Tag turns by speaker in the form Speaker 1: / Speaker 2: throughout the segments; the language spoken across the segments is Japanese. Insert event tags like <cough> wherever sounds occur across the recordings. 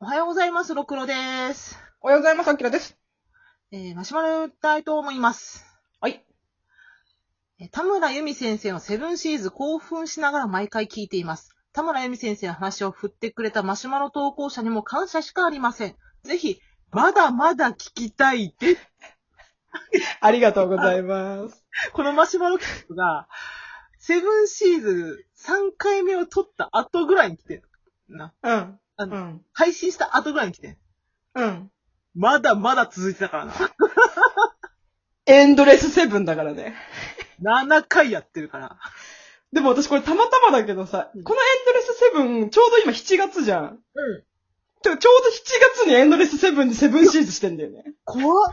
Speaker 1: おはようございます、ろくろです。
Speaker 2: おはようございます、あきらです。
Speaker 1: えー、マシュマロ打ったいと思います。
Speaker 2: はい。
Speaker 1: えー田村由美先生のセブンシーズ興奮しながら毎回聞いています。田村由美先生の話を振ってくれたマシュマロ投稿者にも感謝しかありません。ぜひ、まだまだ聞きたいです。
Speaker 2: ありがとうございます。
Speaker 1: このマシュマロキックが、セブンシーズ3回目を撮った後ぐらいに来てるな。
Speaker 2: うん。
Speaker 1: あ
Speaker 2: う
Speaker 1: の
Speaker 2: ん。
Speaker 1: 配信した後ぐらいに来てる
Speaker 2: うん。
Speaker 1: まだまだ続いてたからな。
Speaker 2: エンドレスセブンだからね。
Speaker 1: 7回やってるから。
Speaker 2: でも私これたまたまだけどさ、このエンドレスセブン、ちょうど今7月じゃん。
Speaker 1: うん。
Speaker 2: ちょ、ちょうど7月にエンドレスセブンでセブンシーズしてんだよ <laughs> ね。
Speaker 1: 怖っ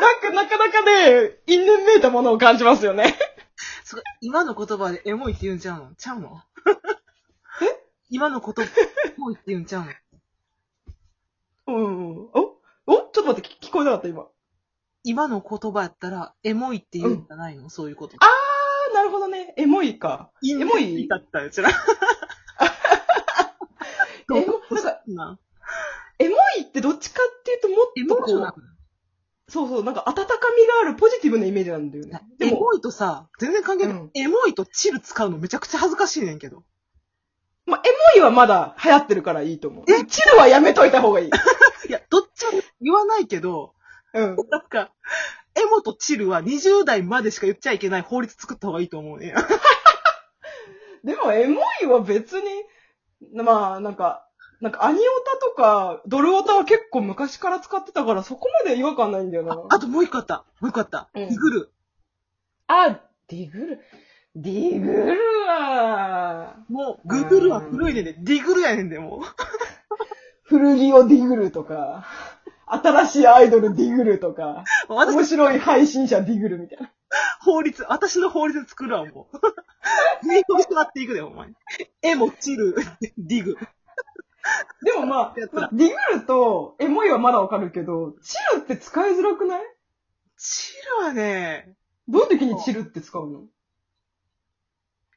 Speaker 2: なんか、なかなかね、因縁めいたものを感じますよね。
Speaker 1: すごい今の言葉でエモいって言うんちゃうのちゃうの今の言葉、エモいって言うんちゃうの
Speaker 2: うん。おおちょっと待って、聞聞こえなかった今。
Speaker 1: 今の言葉やったら、エモいって言うんじゃないの、そういうこと。
Speaker 2: あー、なるほどね。エモいか。
Speaker 1: エ
Speaker 2: エモい
Speaker 1: だった
Speaker 2: <laughs>
Speaker 1: よ、ちら。
Speaker 2: エモ、なんか、
Speaker 1: な
Speaker 2: エモいってどっちかっていうとも
Speaker 1: エ
Speaker 2: っと
Speaker 1: モ
Speaker 2: こ
Speaker 1: くな
Speaker 2: う、
Speaker 1: くない
Speaker 2: そうそう、なんか温かみがあるポジティブなイメージなんだよね。で
Speaker 1: エ
Speaker 2: も、
Speaker 1: モいとさ、全然関係ない。
Speaker 2: うん
Speaker 1: エモいとチル使うのめちゃくちゃ恥ずかしいねんけど。
Speaker 2: まあ、エモいはまだ流行ってるからいいと思う。
Speaker 1: え
Speaker 2: え、チルはやめといた方 <laughs> がいい。
Speaker 1: いや、どっちも言わないけど、
Speaker 2: うん。
Speaker 1: なんか、エモとチルは20代までしか言っちゃいけない法律作った方がいいと思うね。
Speaker 2: でも、エモいは別に、まあ、なんか、なんか、アニオタとか、ドルオタは結構昔から使ってたから、そこまで違和感ないんだよ
Speaker 1: あ
Speaker 2: な。
Speaker 1: あともう一個あった。もう一個あった。
Speaker 2: うん
Speaker 1: イグル。
Speaker 2: あ、ディグル、ディグルは、
Speaker 1: もう、グーグルは古いねんで、ディグルやねんで、もう。
Speaker 2: 古着をディグルとか、新しいアイドルディグルとか、
Speaker 1: <laughs> 私の
Speaker 2: 面白い配信者ディグルみたいな。
Speaker 1: 法律、私の法律作るわ、もう。 <laughs> 全員飛び上がっていくで、お前。絵もチル、 <laughs> ディグ。
Speaker 2: でもまあ、デ
Speaker 1: やつら
Speaker 2: ィグルとエモいはまだわかるけど、チルって使いづらくない
Speaker 1: チルはね、
Speaker 2: どういう時にチルって使うの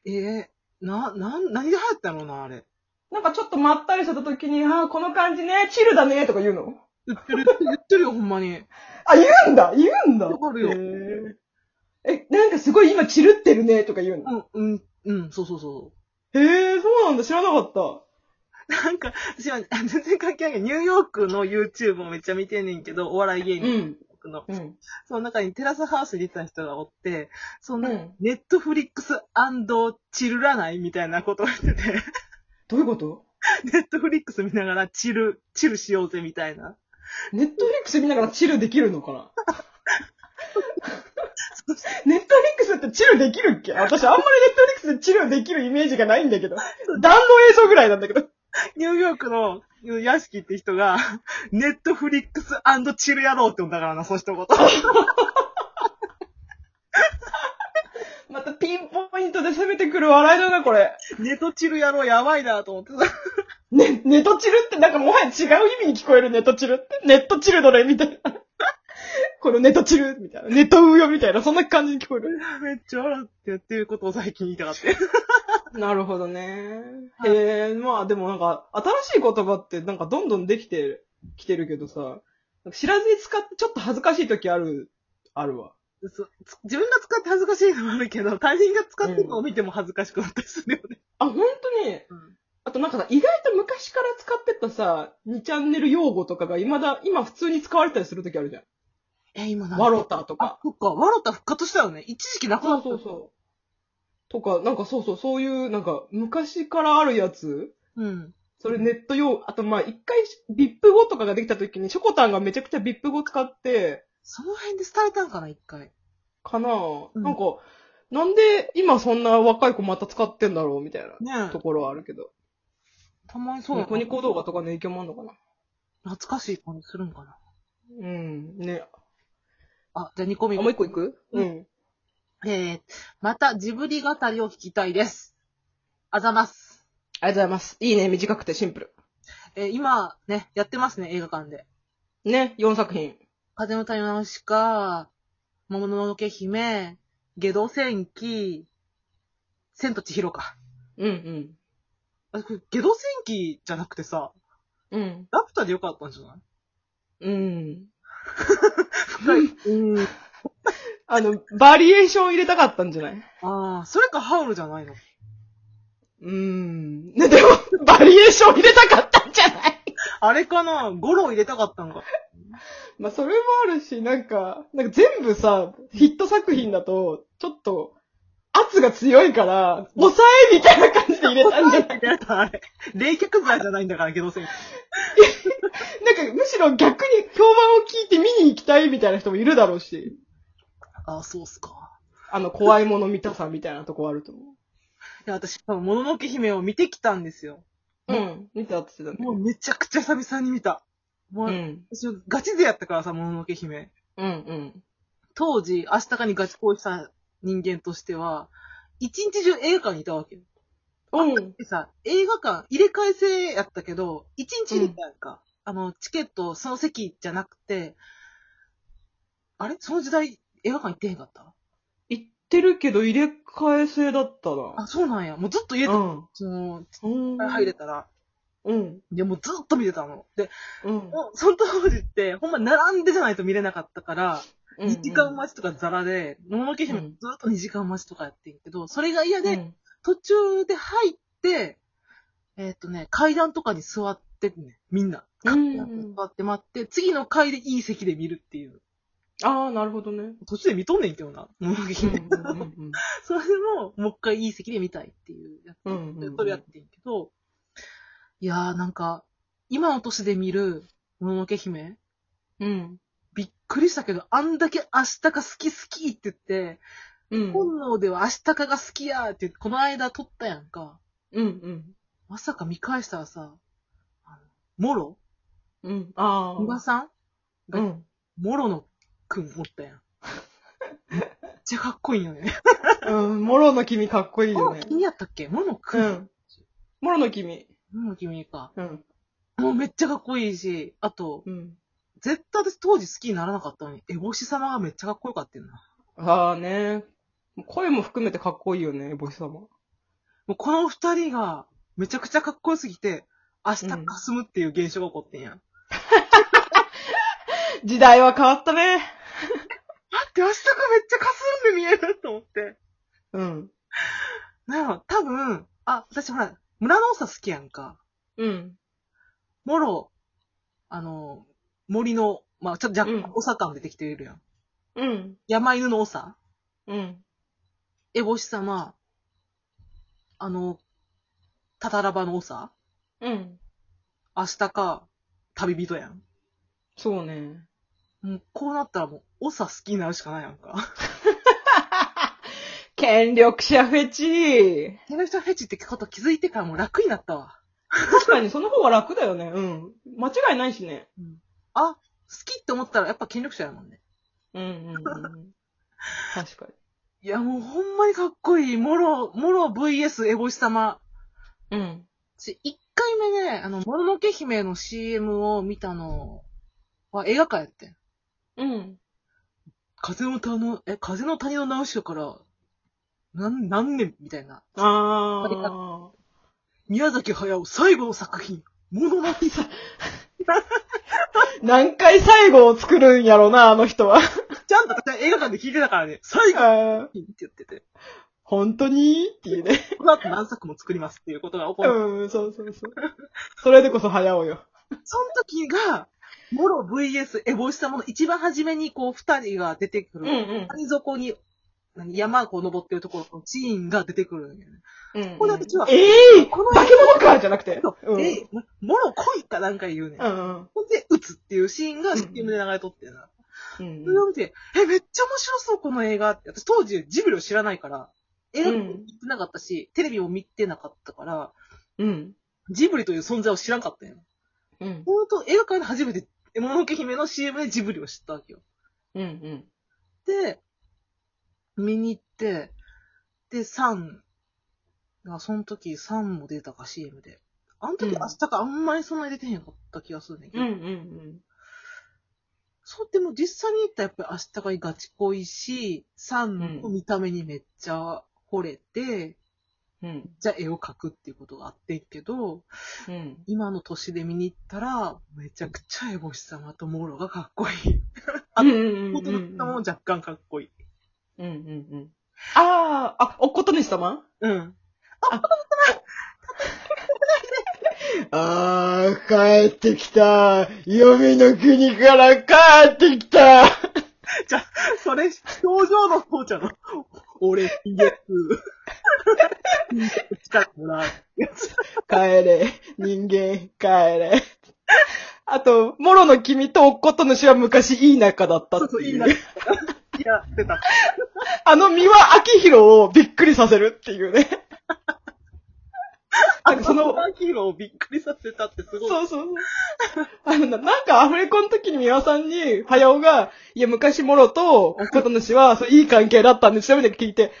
Speaker 1: えー、な、なん、何で流行ったのな、あれ。
Speaker 2: なんかちょっとまったりした時に、ああ、この感じね、チルだね、とか言うの
Speaker 1: 言ってる、言ってるよ、ほんまに。
Speaker 2: あ、言うんだ言うんだ
Speaker 1: わかるよ
Speaker 2: へーえ、なんかすごい今チルってるね、とか言うの
Speaker 1: うん、うん、うん、そうそうそ
Speaker 2: へえ、そうなんだ、知らなかった。
Speaker 1: う。なんか、私は、あ全然関係ないけど、ニューヨークの YouTube をめっちゃ見てんねんけど、お笑い芸人
Speaker 2: ん。
Speaker 1: の。
Speaker 2: うん。
Speaker 1: その中にテラスハウスに出てた人がおって、その、
Speaker 2: うん
Speaker 1: ネットフリックスチルらないみたいなことを言ってて。
Speaker 2: どういうこと
Speaker 1: ネ <laughs> ットフリックス見ながらチル、チルしようぜみたいな。
Speaker 2: ネットフリックス見ながらチルできるの <laughs> かなネットフリックスってチルできるっけ私あんまりネットフリックスでチルできるイメージがないんだけど。弾の映像ぐらいなんだけど。
Speaker 1: ニューヨークの屋敷って人が、 <laughs> ネットフリックスチル野郎って呼んだからな、その一言。 <laughs>
Speaker 2: またピンポイントで攻めてくる笑いだな、これ。
Speaker 1: ネトチル野郎やばいなと思ってさ。 <laughs>
Speaker 2: ね、ネトチルってなんかもはや違う意味に聞こえるネトチルって。ネットチルドレみたいな。 <laughs> このネトチルみたいな。ネトウヨみたいな、そんな感じに聞こえる。
Speaker 1: めっちゃ笑ってやってることを最近言いたかった。
Speaker 2: なるほどね。へえ、まあでもなんか、新しい言葉ってなんかどんどんできてきてるけどさ、なんか知らずに使ってちょっと恥ずかしい時ある、あるわ。
Speaker 1: そつ自分が使って恥ずかしいのもあるけど、他人が使ってるのを見ても恥ずかしくなったりするよね。
Speaker 2: あ、本当に、
Speaker 1: うん
Speaker 2: あとなんかさ、意外と昔から使ってたさ、2チャンネル用語とかが未だ、今普通に使われたりする時あるじゃん。
Speaker 1: え、今何
Speaker 2: ワロタとか
Speaker 1: あ。、そっか、ワロタ復活したよね。一時期なくな
Speaker 2: そう
Speaker 1: った。
Speaker 2: そうそう。とか、なんかそうそう、そういう、なんか、昔からあるやつ
Speaker 1: うん。
Speaker 2: それネット用、あとまあ、一回、ビップ語とかができた時に、ショコタンがめちゃくちゃビップ語使って、
Speaker 1: その辺で廃れたんかな、一回。
Speaker 2: かなぁ、
Speaker 1: うん
Speaker 2: なんか、なんで今そんな若い子また使ってんだろうみたいな
Speaker 1: ねえ
Speaker 2: と。ころはあるけど。
Speaker 1: たまにそう
Speaker 2: ニ
Speaker 1: やな
Speaker 2: コニコ動画とかの影響もあるのかな
Speaker 1: 懐かしい感じするんかな。
Speaker 2: うん、ね。
Speaker 1: あ、じゃあ2個
Speaker 2: あ、
Speaker 1: 目。
Speaker 2: もう一個いく
Speaker 1: う
Speaker 2: うん。
Speaker 1: えー、またジブリ語りを聞きたいです。あざます。
Speaker 2: ありがとうございます。いいね、短くてシンプル。
Speaker 1: えー今ね、やってますね、映画館で。
Speaker 2: ね、4作品。
Speaker 1: 風の谷のしか、桃のけ姫、下道戦記、千と千尋か。
Speaker 2: うんうん。
Speaker 1: あ、これ、下道戦記じゃなくてさ、
Speaker 2: うん。
Speaker 1: ラプタでよかったんじゃない
Speaker 2: うん。
Speaker 1: 深い。うん。
Speaker 2: あの、バリエーション入れたかったんじゃない
Speaker 1: ああ、それかハウルじゃないの。
Speaker 2: うん。でも、バリエーション入れたかったんじゃない
Speaker 1: あれかなゴロ入れたかったんか。
Speaker 2: まあ、それもあるし、なんか、なんか全部さ、ヒット作品だと、ちょっと、圧が強いから、抑えみたいな感じで入れたんじゃない
Speaker 1: やだあれ。冷却剤じゃないんだから、ゲド戦。
Speaker 2: なんか、むしろ逆に評判を聞いて見に行きたいみたいな人もいるだろうし、
Speaker 1: ああ、そうっすか。
Speaker 2: あの、怖いもの見たさみたいなとこあると思
Speaker 1: いや、私、多分もののけ姫を見てきたんですよ。
Speaker 2: う。うん。見たって言ってたね。
Speaker 1: もうめちゃくちゃ久々に見た。もう、
Speaker 2: うん。
Speaker 1: 私ガチでやったからさ、もののけ姫。
Speaker 2: うん
Speaker 1: 当時、明日かにガチ恋した人間としては、一日中映画館にいたわけよ。
Speaker 2: うん。うん。
Speaker 1: でさ、映画館入れ替え制やったけど、一日入れ替えか、あの、チケット、その席じゃなくて、あれその時代、映画館行ってへんかった
Speaker 2: 行ってるけど入れ替え制だった
Speaker 1: あ、
Speaker 2: な。
Speaker 1: そうなんや。もうずっと家で、
Speaker 2: ん。
Speaker 1: その、
Speaker 2: うん
Speaker 1: 入れたら。
Speaker 2: うん。
Speaker 1: で、もうずっと見てたの。で、
Speaker 2: うん。
Speaker 1: もうその当時って、ほんま並んでじゃないと見れなかったから、2時間待ちとかザラで、もののけ姫
Speaker 2: う
Speaker 1: ず
Speaker 2: ん
Speaker 1: っと2時間待ちとかやってんけど、それが嫌で、
Speaker 2: うん
Speaker 1: 途中で入って、えーっ、とね、階段とかに座ってね、みんな。
Speaker 2: うん
Speaker 1: 座って待って、次の階でいい席で見るっていう。
Speaker 2: ああ、なるほどね。
Speaker 1: 途中で見とんねんけどな、 <laughs> 物書き
Speaker 2: う
Speaker 1: ね
Speaker 2: んうん
Speaker 1: それでも、もう一回いい席で見たいっていうやつ。
Speaker 2: うんうんう
Speaker 1: <laughs>
Speaker 2: ん
Speaker 1: それやってんけど、いやーなんか、今の年で見る、もののけ姫、
Speaker 2: うん。
Speaker 1: びっくりしたけど、あんだけ明日が好き好きって言って、
Speaker 2: うん。
Speaker 1: 本能では明日が好きやーって言って、この間撮ったやんか。
Speaker 2: うん。うん。
Speaker 1: まさか見返したらさ、あのモロ
Speaker 2: うん。あ
Speaker 1: 宇賀
Speaker 2: あ。
Speaker 1: さん
Speaker 2: うん。
Speaker 1: モロのくんおったやん。めっちゃかっこいいよね。
Speaker 2: うん。モロの君かっこいい
Speaker 1: モ
Speaker 2: よ
Speaker 1: ロ
Speaker 2: ね。
Speaker 1: 君やったっけモロのく。
Speaker 2: うんん。モロの君。
Speaker 1: モロの君か。
Speaker 2: うん。
Speaker 1: もうめっちゃかっこいいし、あと、
Speaker 2: うん。
Speaker 1: 絶対私当時好きにならなかったのに、エボシ様がめっちゃかっこよかったよな。
Speaker 2: ああね。声も含めてかっこいいよね、ボイス様。
Speaker 1: もうこの二人がめちゃくちゃかっこよすぎて、明日霞むっていう現象が起こってんやん。
Speaker 2: 時代は変わったね。
Speaker 1: 待って、明日がめっちゃ霞んで見えると思って。
Speaker 2: うん。
Speaker 1: なんやろ、多分、あ、私ほら、村の長好きやんか。
Speaker 2: うん。
Speaker 1: もろ、あの、森の、まあ、ちょっと若
Speaker 2: う
Speaker 1: 干
Speaker 2: ん、
Speaker 1: おさ感出てきてるやん。
Speaker 2: うん。
Speaker 1: 山犬のおさ
Speaker 2: うん。
Speaker 1: エボシ様、あの、タタラバのおさ
Speaker 2: うん。
Speaker 1: 明日か、旅人やん。
Speaker 2: そうね。
Speaker 1: もう、こうなったらもう、おさ好きになるしかないやんか。
Speaker 2: 権力者フェチ。
Speaker 1: テレビフェチってこと気づいてからもう楽になったわ。
Speaker 2: 確かにその方が楽だよね。うん。間違いないしね。
Speaker 1: あ、好きって思ったらやっぱ権力者やもんね。
Speaker 2: うんうんうん。確か
Speaker 1: いや、もうほんまにかっこいい。もろ、もろ VS エボシ様。
Speaker 2: に。うん。
Speaker 1: 私、一回目ね、あの、もののけ姫の CM を見たのは映画館やってん。
Speaker 2: うん。
Speaker 1: 風の谷の、え、風の谷の直しから、なん、何年みたいな。
Speaker 2: あ
Speaker 1: 宮崎駿最後の作品、もののけ姫。
Speaker 2: ー。何回最後を作るんやろうな、あの人は。 <laughs>
Speaker 1: ちゃんと私は映画館で聞いてたからね、最後の
Speaker 2: あー
Speaker 1: 作品って言ってて、
Speaker 2: 本当にっていうね。
Speaker 1: この後何作も作りますっていうことが起こる。
Speaker 2: うん、そうそうそう。それでこそ早およ。
Speaker 1: その時が、モロ VS エボシ様の一番初めにこう二人が出てくる。
Speaker 2: ん
Speaker 1: 谷底に、何山をこう登ってるところのシーンが出てくるんだよね。
Speaker 2: うん
Speaker 1: これ私は
Speaker 2: ええ
Speaker 1: この
Speaker 2: 化け物かじゃなくて。うん。
Speaker 1: え、もろ来いかなんか言うねん。
Speaker 2: う
Speaker 1: ほ
Speaker 2: ん
Speaker 1: んで、撃つっていうシーンが
Speaker 2: うん
Speaker 1: CM で流れとってんな。
Speaker 2: うん。
Speaker 1: それを見て、え、めっちゃ面白そう、この映画って。私当時ジブリを知らないから、映画
Speaker 2: う
Speaker 1: 館
Speaker 2: ん
Speaker 1: 行ってなかったし、テレビも見てなかったから、
Speaker 2: うん。
Speaker 1: ジブリという存在を知らんかったんよ。
Speaker 2: うん。
Speaker 1: ほんと、映画館で初めて、もののけ姫の CM でジブリを知ったわけよ。
Speaker 2: うん。うん。
Speaker 1: で、見に行って、で、サンが、その時サンも出たか CM で。あの時
Speaker 2: うん
Speaker 1: 明日かあんまりそんなに出てへんかった気がするねんけど。
Speaker 2: うん。うん。
Speaker 1: そう、でも実際に言ったらやっぱり明日がいガチ恋し、サンの見た目にめっちゃ惚れて、
Speaker 2: うん。
Speaker 1: じゃあ絵を描くっていうことがあってんけど、
Speaker 2: うん。
Speaker 1: 今の年で見に行ったら、めちゃくちゃエボシ様とモーロがかっこいい。あ
Speaker 2: うんうんうん
Speaker 1: 大人ったも若干かっこいい。
Speaker 2: うんうんうん。ああ、あ、おことねし様
Speaker 1: うん。
Speaker 2: ああ、帰ってきた。嫁の国から帰ってきた。
Speaker 1: それ、表情の父ちゃんの、俺、イエス。近くな。
Speaker 2: 帰れ、人間、帰れ。あと、モロの君とおこと主は昔いい仲だっ
Speaker 1: <laughs>
Speaker 2: た
Speaker 1: そ
Speaker 2: っ
Speaker 1: うそう、
Speaker 2: て
Speaker 1: い
Speaker 2: い。
Speaker 1: いうな。いや、出た。
Speaker 2: あの三輪明宏をびっくりさせるっていうね。
Speaker 1: あ
Speaker 2: なんか
Speaker 1: そ
Speaker 2: その
Speaker 1: の、ヒーローをびっくりさせたってすごい。
Speaker 2: そうそうそう。あのな、なんかアフレコの時に宮さんに、早尾が、いや、昔モロと、おことの主は、そういい関係だったんで、調べて聞いて、え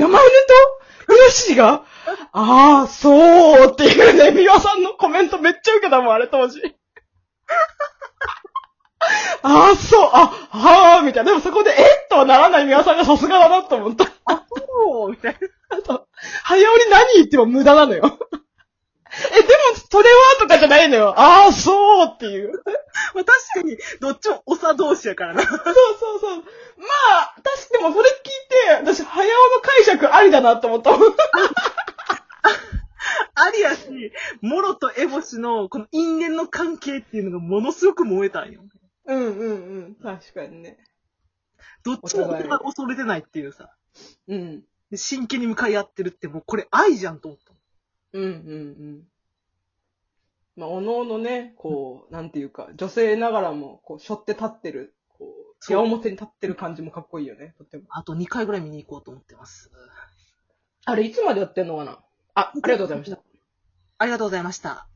Speaker 2: 山犬と浦氏がああ、そうっていうね、宮さんのコメントめっちゃ受けたもん、あれ当時。ああ、そう、あ、はあ、みたいな。でもそこで、えっとはならない宮さんがさすがだなと思った。
Speaker 1: そうみたいな。
Speaker 2: 早織何言っても無駄なのよ。え、でも、それはとかじゃないのよ。ああ、そうっていう。
Speaker 1: まあ、確かに、どっちも長同士やからな。 <laughs>
Speaker 2: そうそうそう。まあ、確かにもそれ聞いて、私、早尾の解釈ありだなと思ったもん。
Speaker 1: ありやし、モロとエボシの、この因縁の関係っていうのがものすごく燃えたんよ。
Speaker 2: うんうんうん。確かにね。
Speaker 1: どっちもお互い恐れてないっていうさ。
Speaker 2: うん。
Speaker 1: で真剣に向かい合ってるって、もうこれ愛じゃんと思った。
Speaker 2: うんうんうん。まあ、おのおのね、こう、なんていうか、女性ながらも、こう、背負って立ってる、こう、
Speaker 1: そう
Speaker 2: 矢面に立ってる感じもかっこいいよね、とっても。
Speaker 1: あと2回ぐらい見に行こうと思ってます。
Speaker 2: あれ、いつまでやってんのかなあ、ありがとうございました。
Speaker 1: ありがとうございました。